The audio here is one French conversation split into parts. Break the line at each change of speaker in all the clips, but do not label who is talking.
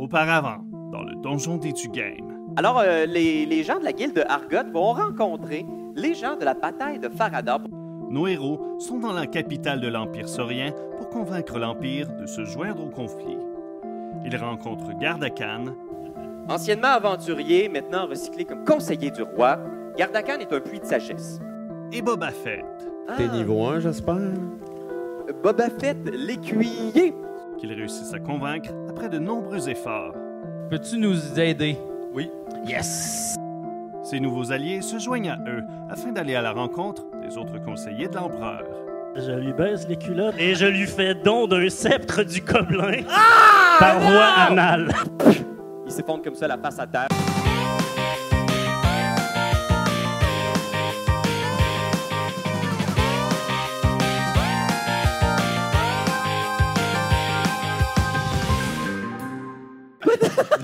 Auparavant, dans le donjon des Tugames.
Alors, euh, les, les gens de la guilde de Argot vont rencontrer les gens de la bataille de Farada.
Nos héros sont dans la capitale de l'Empire saurien pour convaincre l'Empire de se joindre au conflit. Ils rencontrent Gardakan,
Anciennement aventurier, maintenant recyclé comme conseiller du roi, Gardakan est un puits de sagesse.
et Boba Fett,
Ah,
T'es niveau 1, j'espère?
Boba Fett, l'écuyer.
qu'ils réussissent à convaincre après de nombreux efforts.
Peux-tu nous aider?
Oui.
Yes!
Ses nouveaux alliés se joignent à eux afin d'aller à la rencontre des autres conseillers de l'empereur.
Je lui baisse les culottes et je lui fais don d'un sceptre du gobelin
Ah,
par voie anale.
Ils s'effondrent comme ça, la face à terre.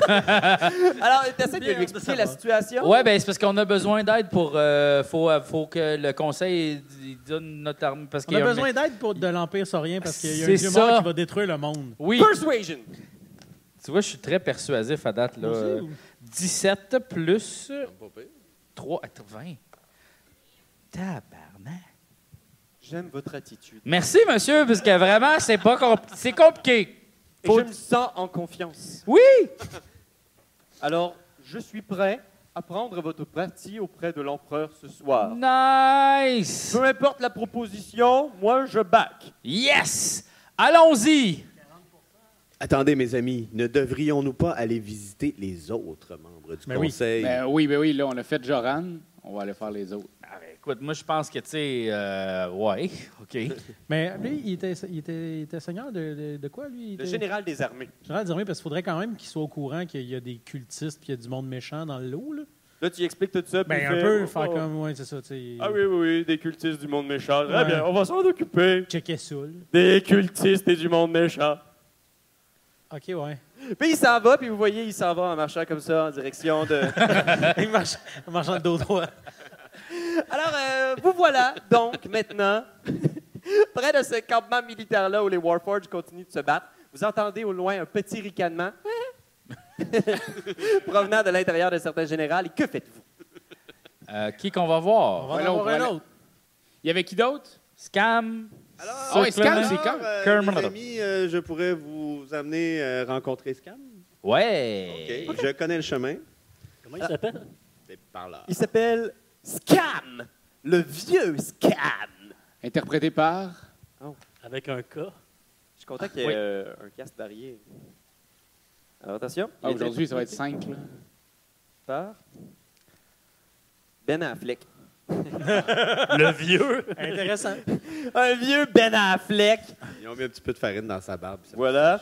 Alors, t'essaies de lui expliquer la situation.
Ouais, ben c'est parce qu'on a besoin d'aide pour. euh, faut, euh, faut que le conseil il donne notre arme. Parce
On
qu'il y
a besoin d'aide pour de l'Empire saurien parce qu'il y a un
C'est
vieux
ça.
mort qui va détruire le monde.
Oui,
Persuasion.
tu vois, je suis très persuasif à date. Là.
Moi aussi,
Euh,
ou-
17 plus 3, 20. Tabarnak.
J'aime votre attitude.
Merci, monsieur, parce que vraiment, c'est pas compl- c'est compliqué.
Et
Faut-
je me sens en confiance.
Oui!
Alors, je suis prêt à prendre votre parti auprès de l'empereur ce soir.
Nice!
Peu importe la proposition, moi, je back.
Yes! Allons-y!
Attendez, mes amis, ne devrions-nous pas aller visiter les autres membres du
Mais oui.
conseil?
Ben oui, ben oui, là, on a fait Joran. On va aller faire les autres.
Ah, ben, écoute, moi, je pense que, tu sais, euh, ouais, OK.
Mais lui, il était, il était, il était seigneur de, de- de quoi, lui? Il
Le
était-
général des armées.
général des armées, parce qu'il faudrait quand même qu'il soit au courant qu'il y a des cultistes puis qu'il y a du monde méchant dans le lot. Là.
Là, tu expliques tout ça. puis
Ben,
il
un
fait,
peu,
oh,
faire
oh.
comme, ouais, c'est ça, tu sais.
Ah oui, oui, oui, des cultistes du monde méchant. Très
Ouais.
bien, on va s'en occuper.
Checker ça, là.
Des cultistes et du monde méchant.
OK, ouais.
Puis il s'en va, puis vous voyez, il s'en va en marchant comme ça en direction de...
Il marche, en marchant le dos droit.
Alors, euh, vous voilà donc maintenant près de ce campement militaire-là où les Warforges continuent de se battre. Vous entendez au loin un petit ricanement provenant de l'intérieur de certains généraux. Et que faites-vous?
Euh, qui qu'on va voir?
On va en
Ouais, là, on
avoir
pourrait
un
aller-
autre.
Il y avait qui d'autre?
Scam?
Alors, oh,
Ah ouais, Scam, c'est
alors,
Scam.
euh,
Kermit.
les amis, euh, je pourrais vous amener euh, rencontrer Scam.
Ouais!
Je connais le chemin. Ah,
Comment il s'appelle?
C'est par là.
Il s'appelle Scam, le vieux Scam.
Interprété par.
Avec un K.
Je suis content qu'il y ait
Oui.
euh, un cast varié. Alors, attention.
Ah,
Il est
Aujourd'hui, ça va être
interprété
5.
par Ben Affleck.
Le vieux.
Intéressant.
Un vieux Ben Affleck.
Ils ont mis un petit peu de farine dans sa barbe. ça-
Voilà.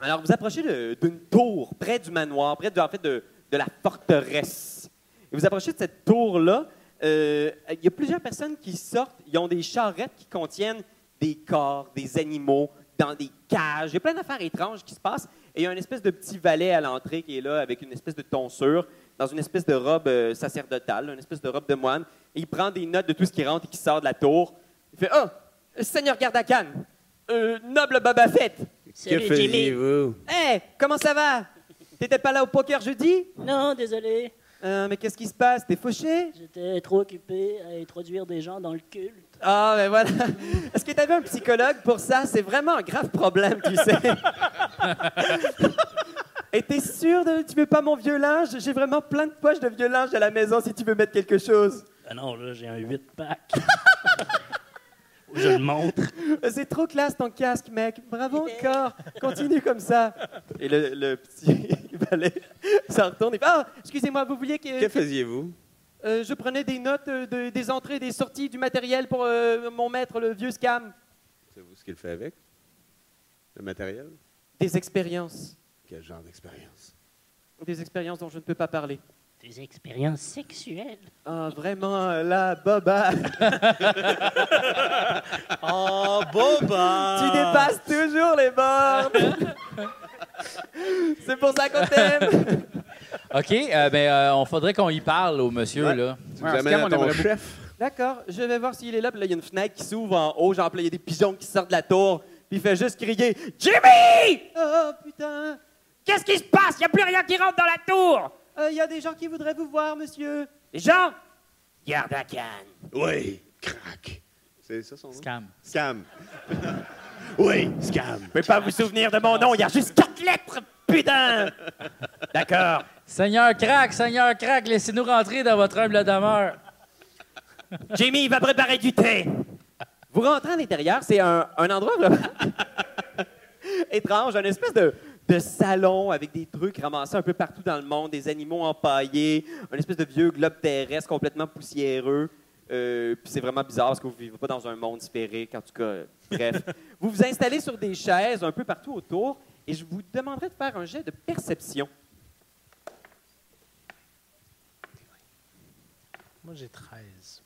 Alors, vous approchez de- d'une tour près du manoir, près de, en fait, de, de la forteresse. Et vous approchez de cette tour-là. euh, Il y a plusieurs personnes qui sortent. Ils ont des charrettes qui contiennent des corps, des animaux, dans des cages. Il y a plein d'affaires étranges qui se passent. Et il y a une espèce de petit valet à l'entrée qui est là avec une espèce de tonsure, dans une espèce de robe euh, sacerdotale, une espèce de robe de moine. Et il prend des notes de tout ce qui rentre et qui sort de la tour. Il fait Ah, Seigneur Gardakan, euh, noble Baba Fett,
Que
Salut, Jimmy.
faisiez-vous?
Hey, Eh, comment ça va? T'étais pas là au poker jeudi?
Non, désolé.
Euh, mais qu'est-ce qui se passe? T'es fauché?
J'étais trop occupé à introduire des gens dans le culte.
Ah, ben voilà. Est-ce que t'avais un psychologue pour ça? C'est vraiment un grave problème, tu sais. Et t'es sûr de. Tu veux pas mon vieux linge? J'ai vraiment plein de poches de vieux linge à la maison si tu veux mettre quelque chose.
Ah non, là, j'ai un 8-pack. je le montre.
Euh, C'est trop classe ton casque, mec. Bravo encore. Continue comme ça. Et le, le petit valet s'en retourne et fait Ah, excusez-moi, vous vouliez
Que faisiez-vous?
Euh, je prenais des notes euh, de- des entrées, des sorties, du matériel pour euh, mon maître, le vieux scam.
Savez-vous ce qu'il fait avec? Le matériel?
Des expériences.
Quel genre d'expérience?
Des expériences dont je ne peux pas parler.
Des expériences sexuelles.
Ah, vraiment, euh, là, Boba, tu
Oh, Boba!
dépasses toujours les bornes. C'est pour ça qu'on t'aime.
OK, euh, ben, euh, on faudrait qu'on y parle au monsieur,
Ouais.
là.
Tu
Ouais,
nous
en
amènes
Scam,
à
on
ton
aimerait
chef?
D'accord, je vais voir s'il est là. Puis là, il y a une fenêtre qui s'ouvre en haut. Genre, puis là, il y a des pigeons qui sortent de la tour. Puis il fait juste crier Jimmy Oh putain
Qu'est-ce qui se passe? Il a plus rien qui rentre dans la tour!
Euh, Il y a des gens qui voudraient vous voir, monsieur.
Les gens, garde la canne.
Oui, crac. C'est ça son nom?
Scam.
Scam. oui, scam.
Je peux pas vous souvenir de mon nom, il y a juste quatre lettres, putain! D'accord.
Seigneur Crack, Seigneur Crack, laissez-nous rentrer dans votre humble demeure.
Jamie, il va préparer du thé.
Vous rentrez à l'intérieur, c'est un, un endroit vraiment étrange, un espèce de, de salon avec des trucs ramassés un peu partout dans le monde, des animaux empaillés, un espèce de vieux globe terrestre complètement poussiéreux. Euh, puis c'est vraiment bizarre parce que vous vivez pas dans un monde sphérique, en tout cas, euh, bref. vous vous installez sur des chaises un peu partout autour et je vous demanderai de faire un jet de perception.
Moi, j'ai 13.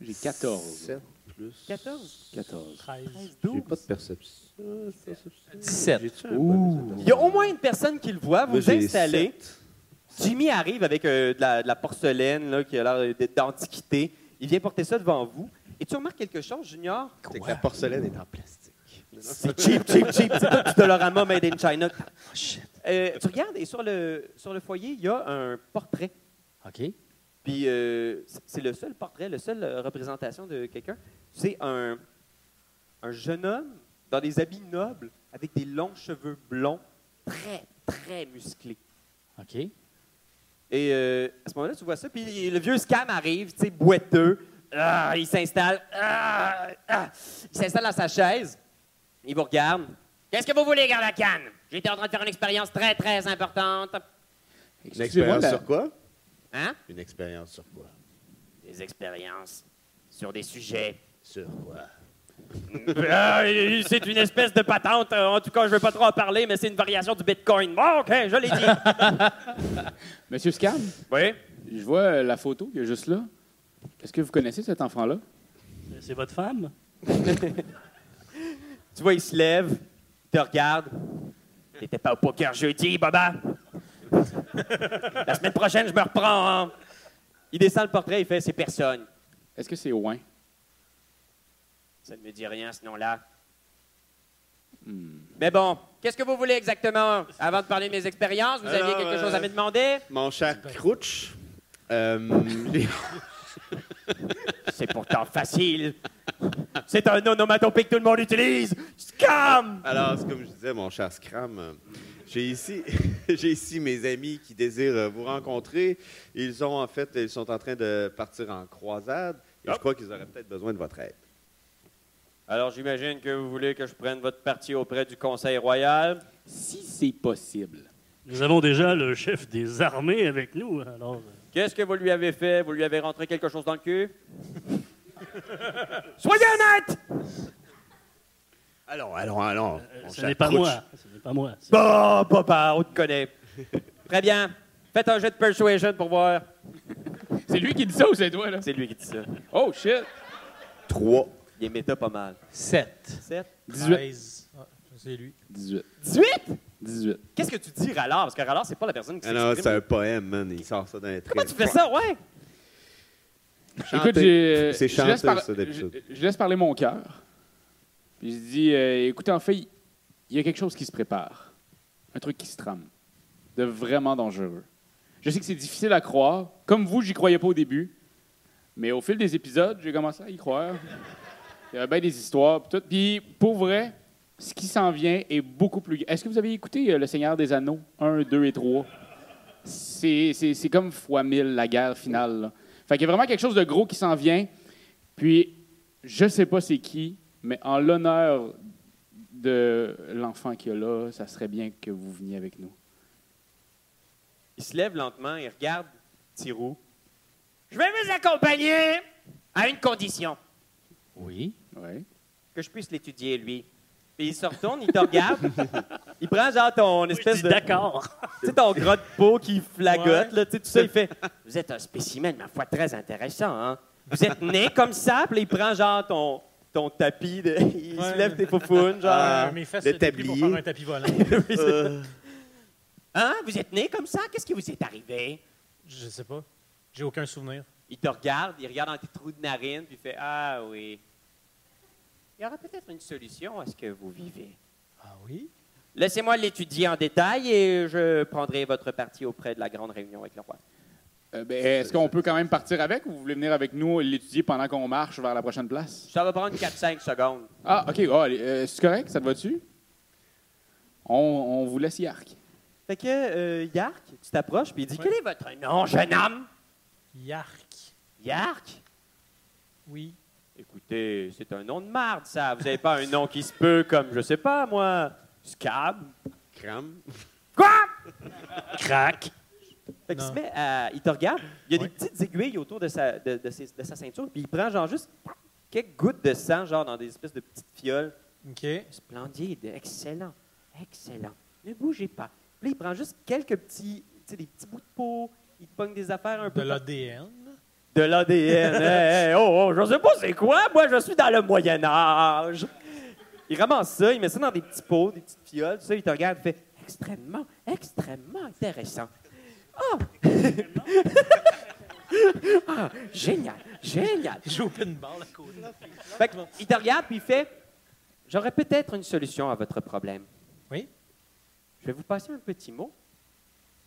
J'ai 14.
7 plus.
14?
14.
13.
13,
J'ai
12.
pas de perception. Euh, perception.
17.
J'ai-tu un bon
Il y a au moins une personne qui le voit, vous
Moi,
vous
j'ai
installez.
sept.
Jimmy arrive avec euh, de, la, de la porcelaine là, qui a l'air d'être d'antiquité. Il vient porter ça devant vous. Et tu remarques quelque chose, Junior?
C'est que la porcelaine est en plastique.
C'est cheap, cheap, cheap. C'est tout du Dolorama made in China.
Ah,
Euh, tu regardes et sur le, sur le foyer, il y a un portrait.
OK.
Puis euh, c'est- c'est le seul portrait, la seule euh, représentation de quelqu'un. C'est un, un jeune homme dans des habits nobles avec des longs cheveux blonds, très, très musclés.
OK.
Et euh, à ce moment-là, tu vois ça, puis le vieux scam arrive, tu sais, boiteux. Ah, il s'installe. Ah, ah. il s'installe dans sa chaise. Il vous regarde.
Qu'est-ce que vous voulez, garde la canne? J'étais en train de faire une expérience très, très importante.
Une
Excusez-moi,
expérience
la-
sur quoi?
Hein?
Une expérience sur quoi?
Des expériences sur des sujets.
Sur quoi?
Ah, c'est une espèce de patente. En tout cas, je veux pas trop en parler, mais c'est une variation du Bitcoin. Bon, OK, je l'ai dit.
Monsieur Scam,
oui?
je vois euh, la photo qu'il y a juste là. Est-ce que vous connaissez cet enfant-là?
C'est votre femme?
Tu vois, il se lève, il te regarde.
T'étais pas au poker jeudi, Baba? La semaine prochaine, je me reprends. hein.
Il descend le portrait, il fait C'est personne.
Est-ce que c'est Ouin?
Ça ne me dit rien, ce nom-là.
Mais bon, qu'est-ce que vous voulez exactement? Avant de parler de mes expériences, vous aviez
Alors,
quelque
euh,
chose à me demander?
Mon cher Crouch, euh,
C'est pourtant facile. C'est un onomatopée que tout le monde utilise. Scam!
Alors, c'est comme je disais, mon cher Scram, euh, j'ai ici, j'ai ici mes amis qui désirent euh, vous rencontrer. Ils ont en fait, ils sont en train de partir en croisade. Et je crois qu'ils auraient peut-être besoin de votre aide.
Alors, j'imagine que vous voulez que je prenne votre parti auprès du Conseil royal.
Si c'est possible.
Nous avons déjà le chef des armées avec nous, alors... euh,
Qu'est-ce que vous lui avez fait? Vous lui avez rentré quelque chose dans le cul?
Soyez honnête!
Allons, allons, allons. mon
Euh, ce
cher
n'est pas
Crouch.
moi. Ce n'est pas moi. C'est-
Bon, papa, on te connaît. Très bien. Faites un jet de persuasion pour voir.
C'est lui qui dit ça ou c'est toi, là?
C'est lui qui dit ça.
Oh, shit!
Trois.
Il est méta pas mal.
7.
7.
18.
13. Ah, c'est lui.
18.
18?
18.
Qu'est-ce que tu dis, Rallard? Parce que Rallard, c'est pas la personne qui
Ah non, c'est
s'exprime.
un poème, man. Il sort ça dans les
Comment tu fais ça, ouais?
Écoute, j'ai-
C'est
je
chanté,
laisse par-
ça, d'habitude.
Je, je laisse parler mon cœur. Puis je dis, euh, écoute, en fait, il y a quelque chose qui se prépare. Un truc qui se trame. De vraiment dangereux. Je sais que c'est difficile à croire. Comme vous, j'y croyais pas au début. Mais au fil des épisodes, j'ai commencé à y croire. Il y avait bien des histoires. Puis, tout. Puis, pour vrai, ce qui s'en vient est beaucoup plus. Est-ce que vous avez écouté euh, Le Seigneur des Anneaux 1, 2 et 3 C'est c'est- c'est comme fois 1000 la guerre finale. là. Fait qu'il y a vraiment quelque chose de gros qui s'en vient. Puis, je sais pas c'est qui, mais en l'honneur de l'enfant qu'il y a là, ça serait bien que vous veniez avec nous.
Il se lève lentement, il regarde Thirou.
Je vais vous accompagner à une condition.
Oui.
Ouais.
Que je puisse l'étudier, lui. Et il se retourne, il te regarde. il prend genre ton
Je
espèce
dis
de.
D'accord.
Tu sais, ton gras de peau qui flagote, là. Tu sais, tout ça, il fait.
Vous êtes un spécimen, ma foi, très intéressant, hein?
Vous êtes né comme ça, puis là, il prend genre ton, ton tapis, de- il se lève tes foufounes, genre.
Ah,
mes fesses,
le
c'est depuis pour
tablier.
faire un tapis volant.
Euh,
Hein? Vous êtes né comme ça? Qu'est-ce qui vous est arrivé?
Je sais pas. J'ai aucun souvenir.
Il te regarde, il regarde dans tes trous de narine, puis il fait Ah oui. Il y aura peut-être une solution à ce que vous vivez.
Ah oui?
Laissez-moi l'étudier en détail et je prendrai votre parti auprès de la grande réunion avec le roi.
Euh, ben, Est-ce qu'on peut quand même partir avec ou vous voulez venir avec nous et l'étudier pendant qu'on marche vers la prochaine place?
Ça va prendre 4-5 secondes.
Ah, OK. Ah, allez, euh, C'est correct? Ça te va-tu? On, on vous laisse Yark.
Fait que, euh, Yark, tu t'approches puis il dit Quel est votre nom, jeune homme
Yark.
Yark
Oui.
Écoutez, c'est un nom de marde, ça. Vous n'avez pas un nom qui se peut comme, je sais pas, moi, Scab.
Cram.
Quoi
Crac.
Fait qu'il
Non.
se met à- il te regarde, il y a
Ouais.
des petites aiguilles autour de sa, de, de ses- de sa ceinture, puis il prend genre juste quelques gouttes de sang, genre dans des espèces de petites fioles.
OK.
Splendide, excellent, excellent. Ne bougez pas. Puis là, il prend juste quelques petits, tu sais, des petits bouts de peau, il te pogne des affaires un
De
peu.
l'ADN.
De l'ADN. Hey, hey, oh, oh, je sais pas c'est quoi. Moi, je suis dans le Moyen Âge. Il ramasse ça, il met ça dans des petits pots, des petites fioles. tout Ça, il te regarde, il fait extrêmement, extrêmement intéressant. Oh! Ah, génial, génial.
J'ouvre une barre à côté.
Euh, Fait que, il te regarde puis il fait J'aurais peut-être une solution à votre problème.
Oui.
Je vais vous passer un petit mot.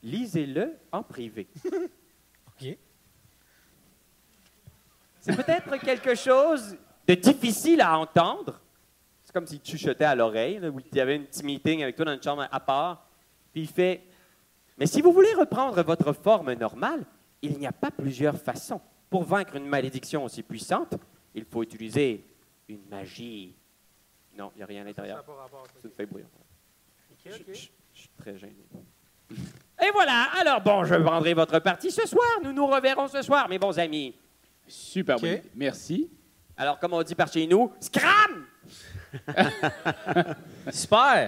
Lisez-le en privé.
OK.
C'est peut-être quelque chose de difficile à entendre. C'est comme s'il te chuchotait à l'oreille, là, où il y avait un petit meeting avec toi dans une chambre à part. Puis il fait Mais si vous voulez reprendre votre forme normale, il n'y a pas plusieurs façons. Pour vaincre une malédiction aussi puissante, il faut utiliser une magie. Non, il n'y a rien à l'intérieur. Ça te fait bruit. Je- je- je suis très gêné. Et voilà. Alors bon, je vendrai votre partie ce soir. Nous nous reverrons ce soir, mes bons amis.
Super
OK.
bonne idée. Merci.
Alors, comme on dit par chez nous, scram!
Super!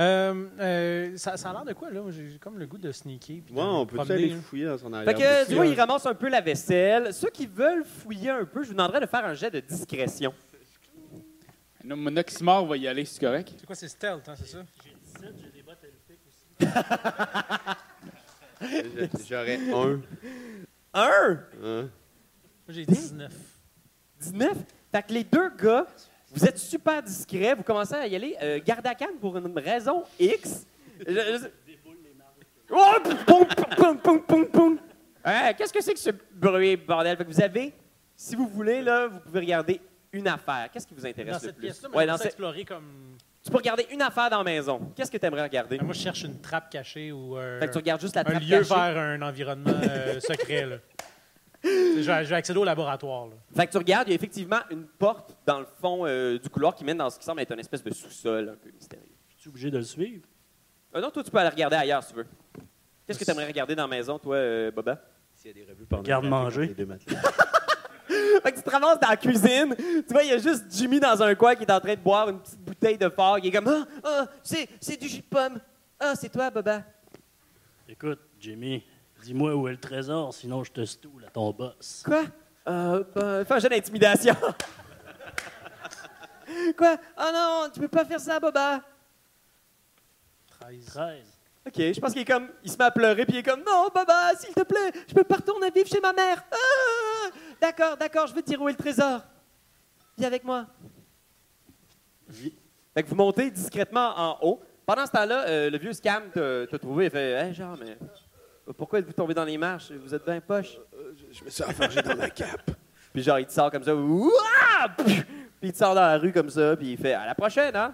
Euh, euh, ça, ça a l'air de quoi, là? Moi, J'ai j'ai comme le goût de sneaker. puis de
Ouais, on
me
peut
promener,
aller
hein.
là.
fouiller dans son
Fait
arrière.
que, tu vois, ils ramassent un peu la vaisselle. Ceux qui veulent fouiller un peu, je vous demanderais de faire un jet de discrétion.
Non, Mon oxymore va y aller, c'est correct?
C'est quoi, c'est stealth, hein, c'est ça?
J'aurais un.
Un!
hein.
Moi, j'ai 19.
19. Fait que les deux gars, vous êtes super discrets. Vous commencez à y aller euh, garde à canne pour une raison X. Je- je- Oh! Poum, poum, poum, poum, poum. Hein, Qu'est-ce que c'est que ce bruit, bordel? Fait que vous avez, si vous voulez, là, vous pouvez regarder une affaire. Qu'est-ce qui vous intéresse
Dans
le
cette
plus?
pièce-là,
Ouais,
mais
dans
on peut
cette-
explorer comme...
Tu peux regarder une affaire dans la maison. Qu'est-ce que tu aimerais regarder?
Ben, moi, je cherche une trappe cachée ou euh,
Fait que tu regardes juste la
un
trappe
lieu
cachée.
vers un environnement euh, secret, là. Je vais, je vais accéder au laboratoire, là.
Fait que tu regardes, il y a effectivement une porte dans le fond euh, du couloir qui mène dans ce qui semble être une espèce de sous-sol un peu mystérieux.
Je suis obligé de le suivre.
Ah non, toi, tu peux aller regarder ailleurs si tu veux. Qu'est-ce que tu aimerais regarder dans la maison, toi, euh, Boba?
Garde-manger.
Fait que tu te ramasses dans la cuisine, tu vois, il y a juste Jimmy dans un coin qui est en train de boire une petite bouteille de phare. Il est comme Ah, ah, c'est, c'est du jus de pomme. Ah, c'est toi, Boba.
Écoute, Jimmy, dis-moi où est le trésor, sinon je te stoule à ton boss.
Quoi? Euh, ben, fais un jeu d'intimidation. Quoi? Ah non, tu peux pas faire ça, Boba.
13.
13.
OK, je pense qu'il est comme. Il se met à pleurer, puis il est comme Non, Baba, s'il te plaît, je peux pas retourner vivre chez ma mère. Ah! D'accord, d'accord, je veux te dire où est le trésor. Viens avec moi. Fait que vous montez discrètement en haut. Pendant ce temps-là, euh, le vieux scam t'a t'a trouvé. Il fait Hey, genre, mais pourquoi êtes-vous tombé dans les marches Vous êtes bien poche.
Je me suis enfargé dans ma cape.
Puis genre, il te sort comme ça. Ouah! Puis il te sort dans la rue comme ça, puis il fait À la prochaine, hein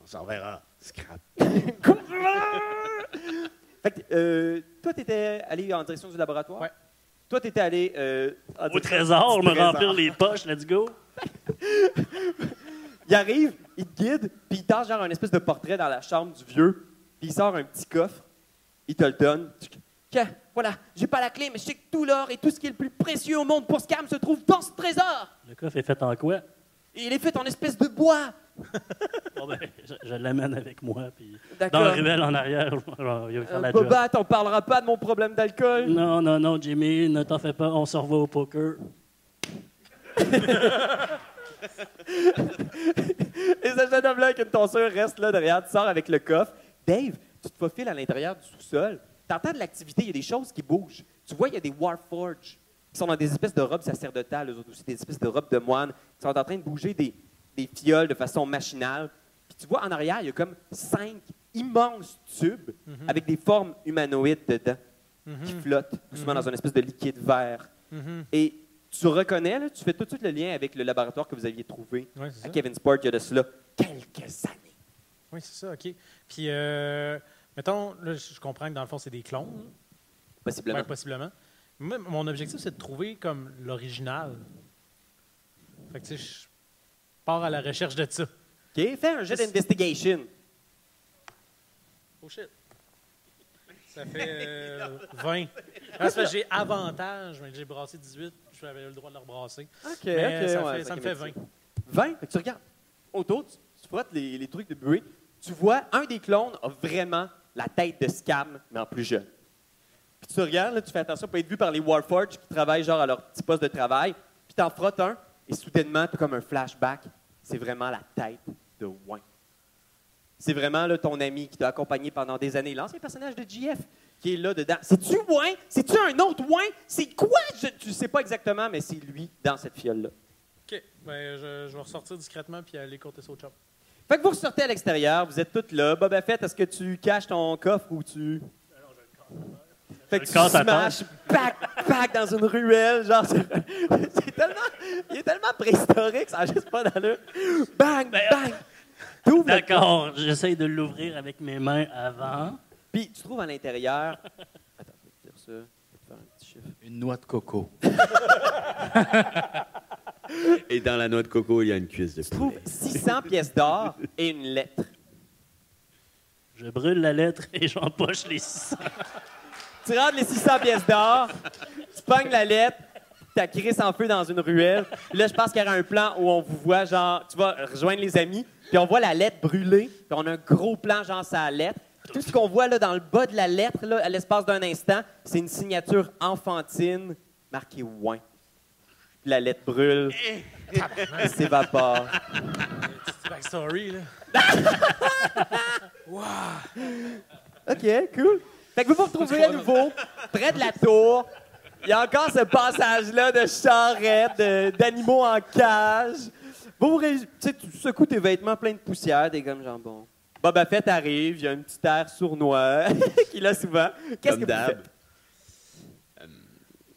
On s'en verra. Scrap.
Fait que, euh, toi, t'étais allé en direction du laboratoire
Ouais.
Toi, t'étais allé. euh, en
Au
direction-
trésor, me
Trésor.
remplir les poches, let's go.
Il arrive, il te guide, puis il tente genre un espèce de portrait dans la chambre du vieux, puis il sort un petit coffre, il te le donne. Tu- Tiens, voilà, j'ai pas la clé, mais je sais que tout l'or et tout ce qui est le plus précieux au monde pour Scam se trouve dans ce trésor.
Le coffre est fait en quoi?
Et il est fait en espèce de bois.
Bon, ben, je, je l'amène avec moi, puis dans la
D'accord.
ruelle en arrière, genre, il va faire
Euh,
la job.
Boba, t'en parleras pas de mon problème d'alcool.
Non, non, non, Jimmy, ne t'en fais pas, on se revoit au poker.
Et ce jeune homme-là avec une tonsure reste là derrière, tu sors avec le coffre. Dave, tu te faufiles à l'intérieur du sous-sol. T'entends de l'activité, il y a des choses qui bougent. Tu vois, il y a des Warforges qui sont dans des espèces de robes sacerdotales, eux autres aussi, des espèces de robes de moines, qui sont en train de bouger des, des fioles de façon machinale. Puis tu vois, en arrière, il y a comme cinq immense tube
Mhm.
avec des formes humanoïdes dedans qui
Mhm.
flottent doucement dans une espèce de liquide vert.
Mhm.
Et tu reconnais, là, tu fais tout de suite le lien avec le laboratoire que vous aviez trouvé
Ouais, c'est
à
ça.
Kevin Sport il y a de cela quelques années.
Oui, c'est ça, OK. Puis, euh, mettons, là, je je comprends que dans le fond, c'est des clones.
Possiblement.
Ouais, possiblement. Moi, mon objectif, c'est de trouver comme l'original. Fait que, tu sais, je pars à la recherche de ça.
OK, fais un jeu d'investigation.
Oh shit. Ça fait euh, 20. Ah, c'est parce que j'ai avantage, mais j'ai brassé 18. Je avais le droit de le rebrasser.
OK,
Mais euh, ça, fait, ça me fait 20.
20? Fait que tu regardes autour, tu, tu frottes les, les trucs de buée, tu vois un des clones a vraiment la tête de Scam, mais en plus jeune. Puis tu regardes, là, tu fais attention pour être vu par les Warforges qui travaillent genre à leur petit poste de travail, puis t'en frottes un, et soudainement, t'as comme un flashback, c'est vraiment la tête de Wayne. C'est vraiment là, ton ami qui t'a accompagné pendant des années, l'ancien personnage de GF qui est là dedans. C'est-tu Wayne? C'est-tu un autre Wayne? C'est quoi? Je- tu sais pas exactement, mais c'est lui dans cette fiole-là.
OK. Ben, je, je vais ressortir discrètement puis aller compter ça au chop.
Fait que vous ressortez à l'extérieur, vous êtes toutes là. Boba Fett, est-ce que tu caches ton coffre ou tu. Fait que
Je
tu
le casse à
smashes, pack, pack dans une ruelle, genre. c'est- c'est tellement, il est tellement préhistorique, ça n'a juste pas d'allure. Bang, bang! T'ouvres le
D'accord, j'essaie de l'ouvrir avec mes mains avant.
Puis tu trouves à l'intérieur. Attends, je vais te dire ça. Je vais te faire un petit chiffre.
Une noix de coco.
Et dans la noix de coco, il y a une cuisse de
Tu trouves
poulet.
600 pièces d'or et une lettre.
Je brûle la lettre et j'empoche les 600.
Tu rentres les 600 pièces d'or, tu pognes la lettre, tu crisse en feu dans une ruelle. Puis Là, je pense qu'il y aura un plan où on vous voit, genre, tu vas rejoindre les amis, puis on voit la lettre brûler, puis on a un gros plan, genre, sa lettre. Puis Tout ce qu'on voit là, dans le bas de la lettre, là, à l'espace d'un instant, c'est une signature enfantine marquée Ouin. Puis la lettre brûle, elle s'évapore.
C'est backstory, là.
OK, cool. Fait que vous vous retrouvez à nouveau près de la tour. Il y a encore ce passage-là de charrettes, de- d'animaux en cage. Vous, vous ré- tu sais, tu secoues tes vêtements pleins de poussière, des gommes jambon. Boba Fett ben, arrive, il y a un petit air sournois qu'il a souvent. Qu'est-ce que
Comme
vous
d'hab.
faites?
Euh,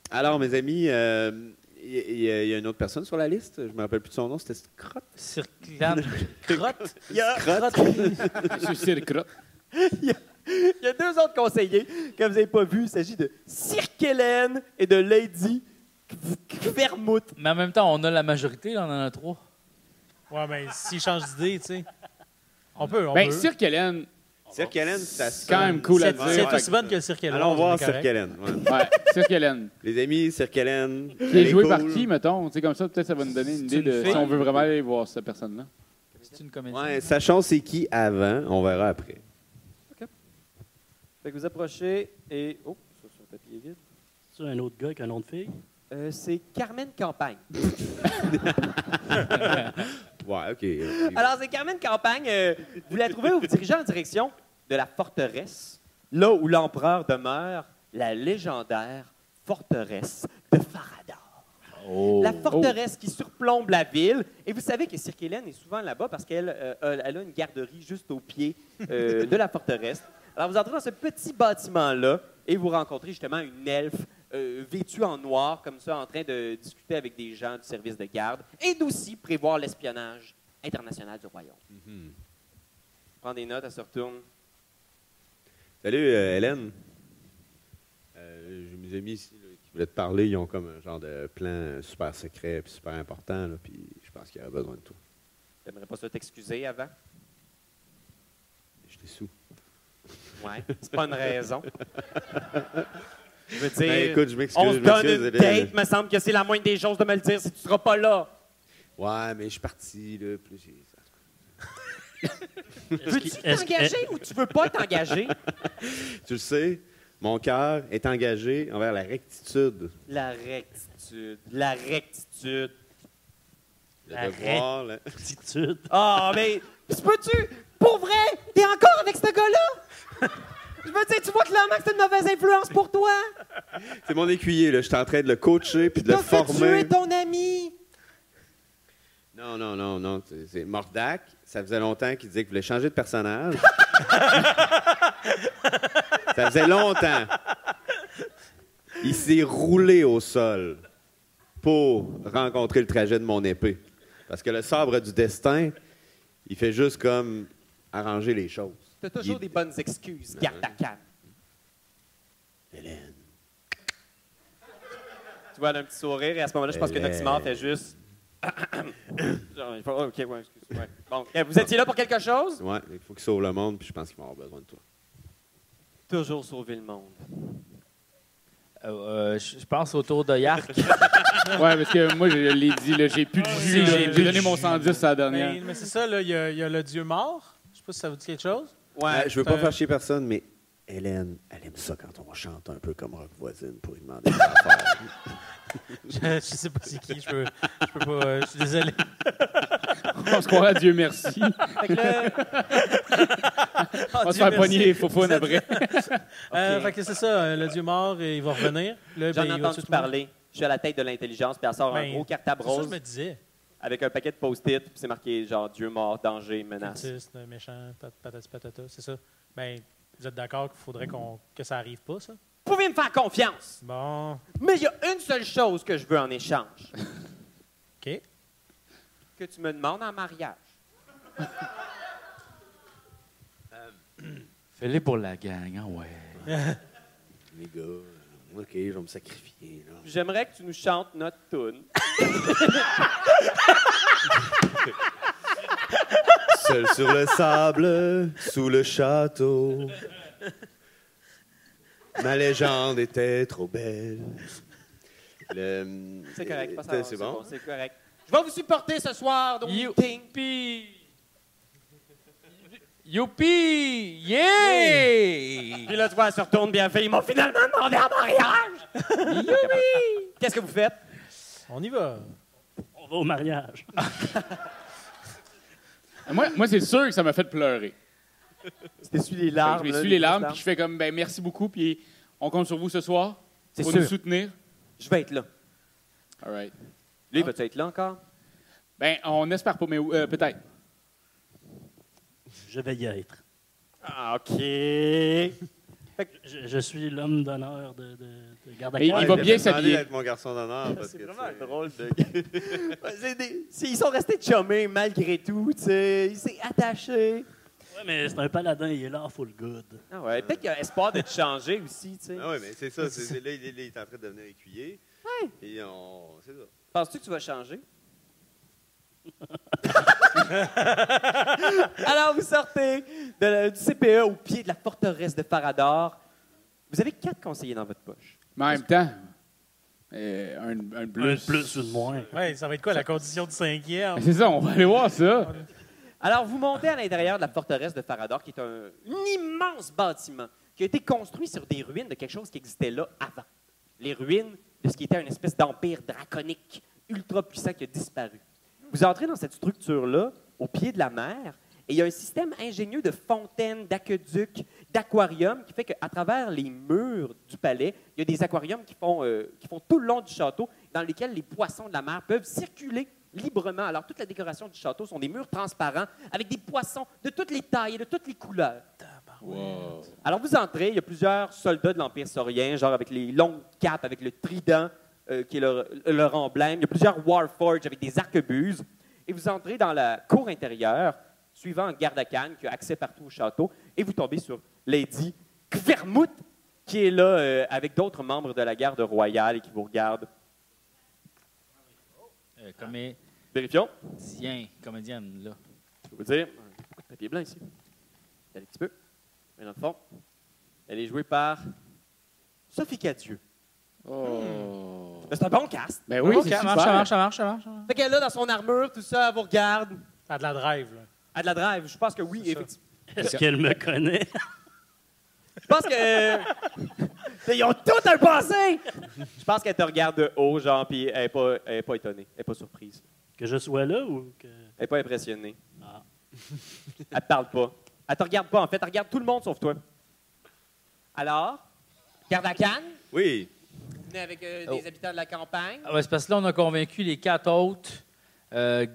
Alors, mes amis, euh, il y, il y a- il y a une autre personne sur la liste. Je ne me rappelle plus de son nom. C'était Scrot.
Circlable.
Crotte. Il y, a,
Je suis le crotte.
il y a deux autres conseillers que vous n'avez pas vus. Il s'agit de Cirque Hélène et de Lady Vermouth.
Mais en même temps, on a la majorité, là, on en a trois.
Ouais, ben, s'il change d'idée, tu sais. On peut, on
Ben,
peut.
Cirque Hélène,
Cirque Hélène, ça se
c'est quand même cool à
C'est
dire.
c'est
Fait
aussi bonne que le cirque Éloise, on
Allons
est
voir
correct.
Cirque Hélène. ouais.
que- Ouais, Cirque Hélène.
Les amis, Cirque Hélène.
Qui est joué par qui, mettons? Tu sais, comme ça, peut-être ça va nous donner une
C'est
idée
une
de si
fille.
on veut vraiment aller voir cette personne-là.
C'est une comédie.
Ouais, sachons c'est qui avant, on verra après.
Fait que vous approchez et. Oh, ça, c'est un papier vide.
C'est un autre gars qu'un nom de fille.
Euh, c'est Carmen Campagne.
Ouais, OK.
Alors, c'est Carmen Campagne. euh, vous la trouvez ou vous dirigez en direction de la forteresse, là où l'empereur demeure, la légendaire forteresse de Faradar. La forteresse qui surplombe la ville. Et vous savez que Cirque Hélène est souvent là-bas parce qu'elle euh, elle- elle a une garderie juste au pied euh, de la forteresse. Alors, vous entrez dans ce petit bâtiment-là et vous rencontrez justement une elfe euh, vêtue en noir, comme ça, en train de discuter avec des gens du service de garde et d'aussi prévoir l'espionnage international du royaume. Prends des notes, elle se retourne.
Salut, euh, Hélène. Euh, j'ai mes amis ici là, qui voulaient te parler. Ils ont comme un genre de plan euh, super secret puis super important. là, puis je pense qu'il y a besoin de toi.
T'aimerais pas ça t'excuser avant?
Je t'ai sous.
Ouais, c'est pas une raison. Je veux dire,
Ben, écoute, je m'excuse.
on se
je
donne
m'excuse,
une
Hélène.
date, me semble que c'est la moindre des choses de me le dire si tu seras pas là.
Ouais, mais je suis parti. Là, puis j'ai-
Est-ce
Veux-tu
qu'il- est-ce qu'il-
t'engager ou tu veux pas t'engager?
Tu le sais, mon cœur est engagé envers la rectitude.
La rectitude, la rectitude.
Le
La
devoir, la-
Attitude.
Ah, mais tu peux-tu? Pour vrai, t'es encore avec ce gars-là? Je veux dire, tu vois clairement que c'est une mauvaise influence pour toi.
C'est mon écuyer, là. Je suis en train de le coacher puis de le
T'as fait
former.
tuer ton ami.
Non, non, non, non. C'est- C'est Mordac, Ça faisait longtemps qu'il disait qu'il voulait changer de personnage. ça faisait longtemps. Il s'est roulé au sol pour rencontrer le trajet de mon épée. Parce que le sabre du destin, il fait juste comme arranger les choses.
T'as toujours
Il-
des bonnes excuses, Gardacan.
Hélène.
Tu vois, elle a un petit sourire et à ce moment-là, je pense que
Hélène.
Noximor fait juste. Genre, il fait, oh, ok, ouais, excuse. ouais. Bon, Eh, vous étiez là pour quelque chose?
Ouais, il faut qu'il sauve le monde, puis je pense qu'il va avoir besoin de toi.
Toujours sauver le monde.
Euh, euh, je je pense autour de Yark.
Ouais, parce que moi, je l'ai dit, là, j'ai plus de jus. là.
j'ai
J'ai
plus de
donné mon 110 à la
Mais,
dernière.
Ben, mais c'est ça, là, il y, a- il y a le dieu mort. Je sais pas si ça vous dit quelque chose.
Ouais, Euh, je veux
c'est
pas
un-
faire chier personne, mais Hélène, elle aime ça quand on chante un peu comme Rock Voisine pour lui demander des affaires.
Je, je sais pas c'est qui, je peux, je peux pas. euh, je suis désolé.
On se croirait à Dieu merci.
Fait
Oh,
que là,
On va se faire pogner les faux
Vous êtes-
après.
Euh,
Ok.
fait que c'est ça, euh, le dieu mort, et il va revenir. Là, ben,
j'en
il
ai
va
entendu
tuer tout le monde.
parler. Je suis à la tête de l'intelligence, puis elle sort un
Ben,
gros cartable
C'est ça que je
rose
me disais.
avec un paquet de post-it, puis c'est marqué genre Dieu mort, danger, menace.
Autiste, méchant, pat- patati patata, c'est ça. Ben, vous êtes d'accord qu'il faudrait qu'on que ça arrive pas, ça?
Vous pouvez me faire confiance,
Bon,
mais il y a une seule chose que je veux en échange
OK.
que tu me demandes en mariage.
Fais-les pour la gang, ah ouais.
Les gars, euh, OK, je vais me sacrifier. Là.
J'aimerais que tu nous chantes notre tune.
Seul sur le sable, sous le château. Ma légende était trop belle. Le- euh,
C'est correct, pas ça.
C'est bon?
Euh, C'est correct. Je vais vous supporter ce soir, donc
You-
meeting.
Youpi! Youpi! Yeah!
Puis là, tu vois, elle se retourne bien fait. Ils m'ont finalement demandé en mariage. Qu'est-ce que vous faites?
On y va.
On va au mariage.
Moi, moi c'est sûr que ça m'a fait pleurer.
C'était sur les
Fait que
larmes.
je me
là,
suis les larmes, puis je fais comme, ben merci beaucoup, puis on compte sur vous ce soir
C'est
pour
sûr.
nous soutenir.
Je vais être là.
All right.
Lui, va tu être là encore?
Ben, on espère pas, mais euh, peut-être.
Je vais y être.
Ah, OK.
Je, je suis l'homme d'honneur de, de, de
Et
Gardacan.
il va
j'ai
bien
demandé
s'habiller.
d'être mon garçon d'honneur. parce que, tu sais,
drôle de. C'est des- c'est- Ils sont restés chummés malgré tout, tu sais. Ils s'est attaché.
Ouais, mais c'est un paladin, il est là, full good.
Ah ouais, peut-être qu'il y a espoir de te changer aussi, tu sais.
Ah oui, mais c'est ça. c'est- là, il est, il est en train de devenir écuyer.
Ouais.
Et on. C'est ça.
Penses-tu que tu vas changer? Alors, vous sortez de la- du CPE au pied de la forteresse de Farador. Vous avez quatre conseillers dans votre poche.
Mais en même temps, euh, un, un
Un de
plus.
plus, une de moins.
Ouais, ça va être quoi, la condition du cinquième?
Ben, C'est ça, on va aller voir ça.
Alors, vous montez à l'intérieur de la forteresse de Farador, qui est un, un immense bâtiment qui a été construit sur des ruines de quelque chose qui existait là avant. Les ruines de ce qui était une espèce d'empire draconique ultra puissant qui a disparu. Vous entrez dans cette structure-là, au pied de la mer, et il y a un système ingénieux de fontaines, d'aqueducs, d'aquariums qui fait qu'à travers les murs du palais, il y a des aquariums qui font, euh, qui font tout le long du château, dans lesquels les poissons de la mer peuvent circuler librement. Alors, toute la décoration du château sont des murs transparents avec des poissons de toutes les tailles et de toutes les couleurs.
Wow.
Alors, vous entrez, il y a plusieurs soldats de l'Empire saurien, genre avec les longues capes, avec le trident euh, qui est leur, leur emblème. Il y a plusieurs Warforges avec des arquebuses. Et vous entrez dans la cour intérieure, suivant un garde à canne qui a accès partout au château, et vous tombez sur Lady Kvermouth, qui est là euh, avec d'autres membres de la garde royale et qui vous regarde.
Euh, comédien,
Vérifions.
comédienne, là.
Je vais vous dire, un papier blanc ici. Elle est un petit peu. Mais dans le fond, elle est jouée par Sophie Cadieux.
Oh.
C'est un bon cast.
Ben oui,
Ok,
c'est
ça
super.
marche, ça marche, ça marche, ça marche. ça marche.
Fait qu'elle est là dans son armure, tout ça, elle vous regarde.
À de la drive, là.
Elle a de la drive, je pense que oui,
C'est ça.
effectivement.
Est-ce qu'elle me connaît?
Je pense que. Ils ont tout un passé! Je pense qu'elle te regarde de haut, genre, puis elle n'est pas, elle est pas étonnée, elle n'est pas surprise,
Que je sois là ou que.
elle n'est pas impressionnée.
Ah.
Elle te parle pas. Elle te regarde pas, en fait, elle regarde tout le monde sauf toi. Alors, Gardacan,
Oui.
venez avec euh, des habitants de la campagne.
Ah ouais, c'est parce que là, on a convaincu les quatre autres euh,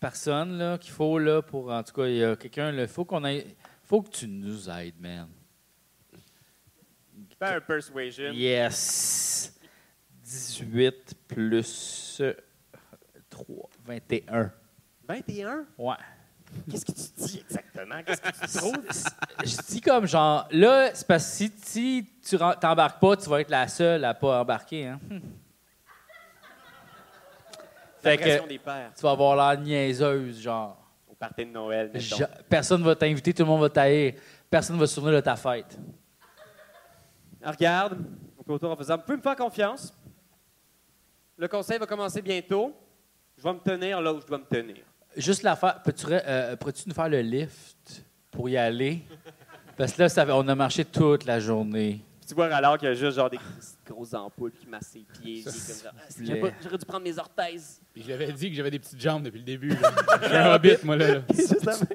personne là, qu'il faut là, pour. En tout cas, il y a quelqu'un. Il faut qu'on aille. faut que tu nous aides, man.
Fais un persuasion.
Yes! 18 plus 3, 21.
21?
Ouais.
Qu'est-ce que tu dis exactement? Qu'est-ce que tu trouves?
Je dis comme genre, là, c'est parce que si, si tu ren- t'embarques pas, tu vas être la seule à pas embarquer. Hein?
La
Fait que-
pression des pères.
Tu vas avoir l'air niaiseuse, genre.
Au party de Noël, mettons.
Ja- personne va t'inviter, tout le monde va t'haïr. Personne va se souvenir de ta fête.
Alors, Regarde, on peut autour en faisant. Vous pouvez me faire confiance. Le conseil va commencer bientôt. Je vais me tenir là où je dois me tenir.
Juste l'affaire, peux-tu re- euh, pourrais-tu nous faire le lift pour y aller? Parce que là, ça, on a marché toute la journée.
Puis tu vois alors qu'il y a juste genre des grosses- grosses ampoules qui massent ses pieds.
Ça,
puis comme genre, Ah,
plaît.
j'aurais pas- J'aurais dû prendre mes orthèses.
Puis j'avais dit que j'avais des petites jambes depuis le début. là. Je suis
Ah,
un hobbit, moi, là. là.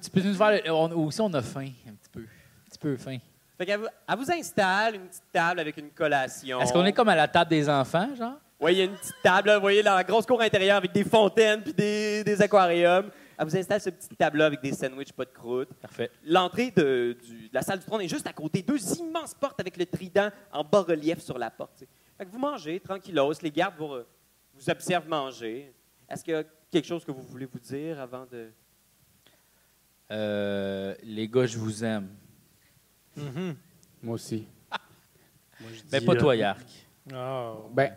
Tu peux nous faire le- on- aussi, on a faim, un petit peu. Un petit peu faim.
Fait qu'elle vous, elle vous installe une petite table avec une collation.
Est-ce qu'on est comme à la table des enfants, genre?
Oui, il y a une petite table, là, vous voyez, dans la grosse cour intérieure avec des fontaines puis des, des aquariums. Elle vous installe cette petite table-là avec des sandwichs, pas de croûte.
Parfait.
L'entrée de, du- de la salle du trône est juste à côté. Deux immenses portes avec le trident en bas-relief sur la porte. tu sais. Fait que vous mangez tranquillos. Les gardes vous, re- vous observent manger. Est-ce qu'il y a quelque chose que vous voulez vous dire avant de...
Euh, les gars, je vous aime.
Mm-hmm. Moi aussi.
Mais Ben, pas
là.
toi, Yark.
Oh.
Ben,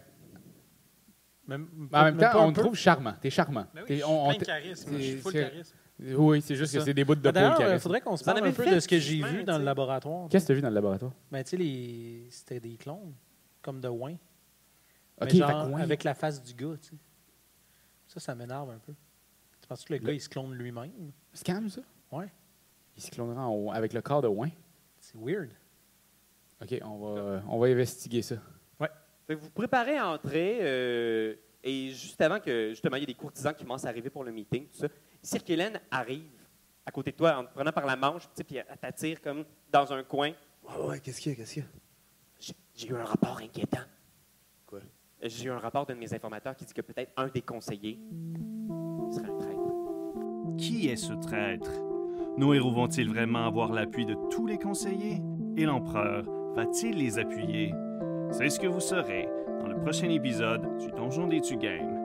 Même,
en même
pas
temps, on
un
te
peu.
trouve charmant. T'es charmant.
Ben oui,
T'es-
je suis
on- on
plein de
t-
charisme. Je suis
c'est-
full
c'est-
charisme.
Oui, c'est juste
C'est
que
ça. Ben,
c'est des bouts de poule
D'ailleurs,
qui
il
arrivent.
faudrait qu'on se
Vous en
parle
avez
un peu
fait
de ce que
du
j'ai
chemin,
vu dans
tu sais.
le laboratoire.
Qu'est-ce que t'as vu dans le laboratoire?
Ben, tu sais, les... c'était des clones, comme de Wayne.
OK,
mais genre,
fait que ouais.
avec la face du gars, tu sais. Ça, ça m'énerve un peu. Tu penses que le,
Ben
gars, il se clone lui-même?
C'est calme, ça?
Ouais.
Il se clonera en haut avec le corps de Wayne.
C'est weird.
OK, on va, euh, on va investiguer ça.
Fait que vous vous préparez à entrer euh, et juste avant que justement il y ait des courtisans qui commencent à arriver pour le meeting, tout ça, Cirque Hélène arrive à côté de toi en te prenant par la manche, tu sais, puis elle t'attire comme dans un coin.
Ah ouais, qu'est-ce qu'il y a, qu'est-ce qu'il y a?
J'ai j'ai eu un rapport inquiétant.
Quoi?
J'ai eu un rapport d'un de mes informateurs qui dit que peut-être un des conseillers serait un traître.
Qui est ce traître Nos héros vont-ils vraiment avoir l'appui de tous les conseillers Et l'empereur va-t-il les appuyer C'est ce que vous saurez dans le prochain épisode du Donjon des Tugames.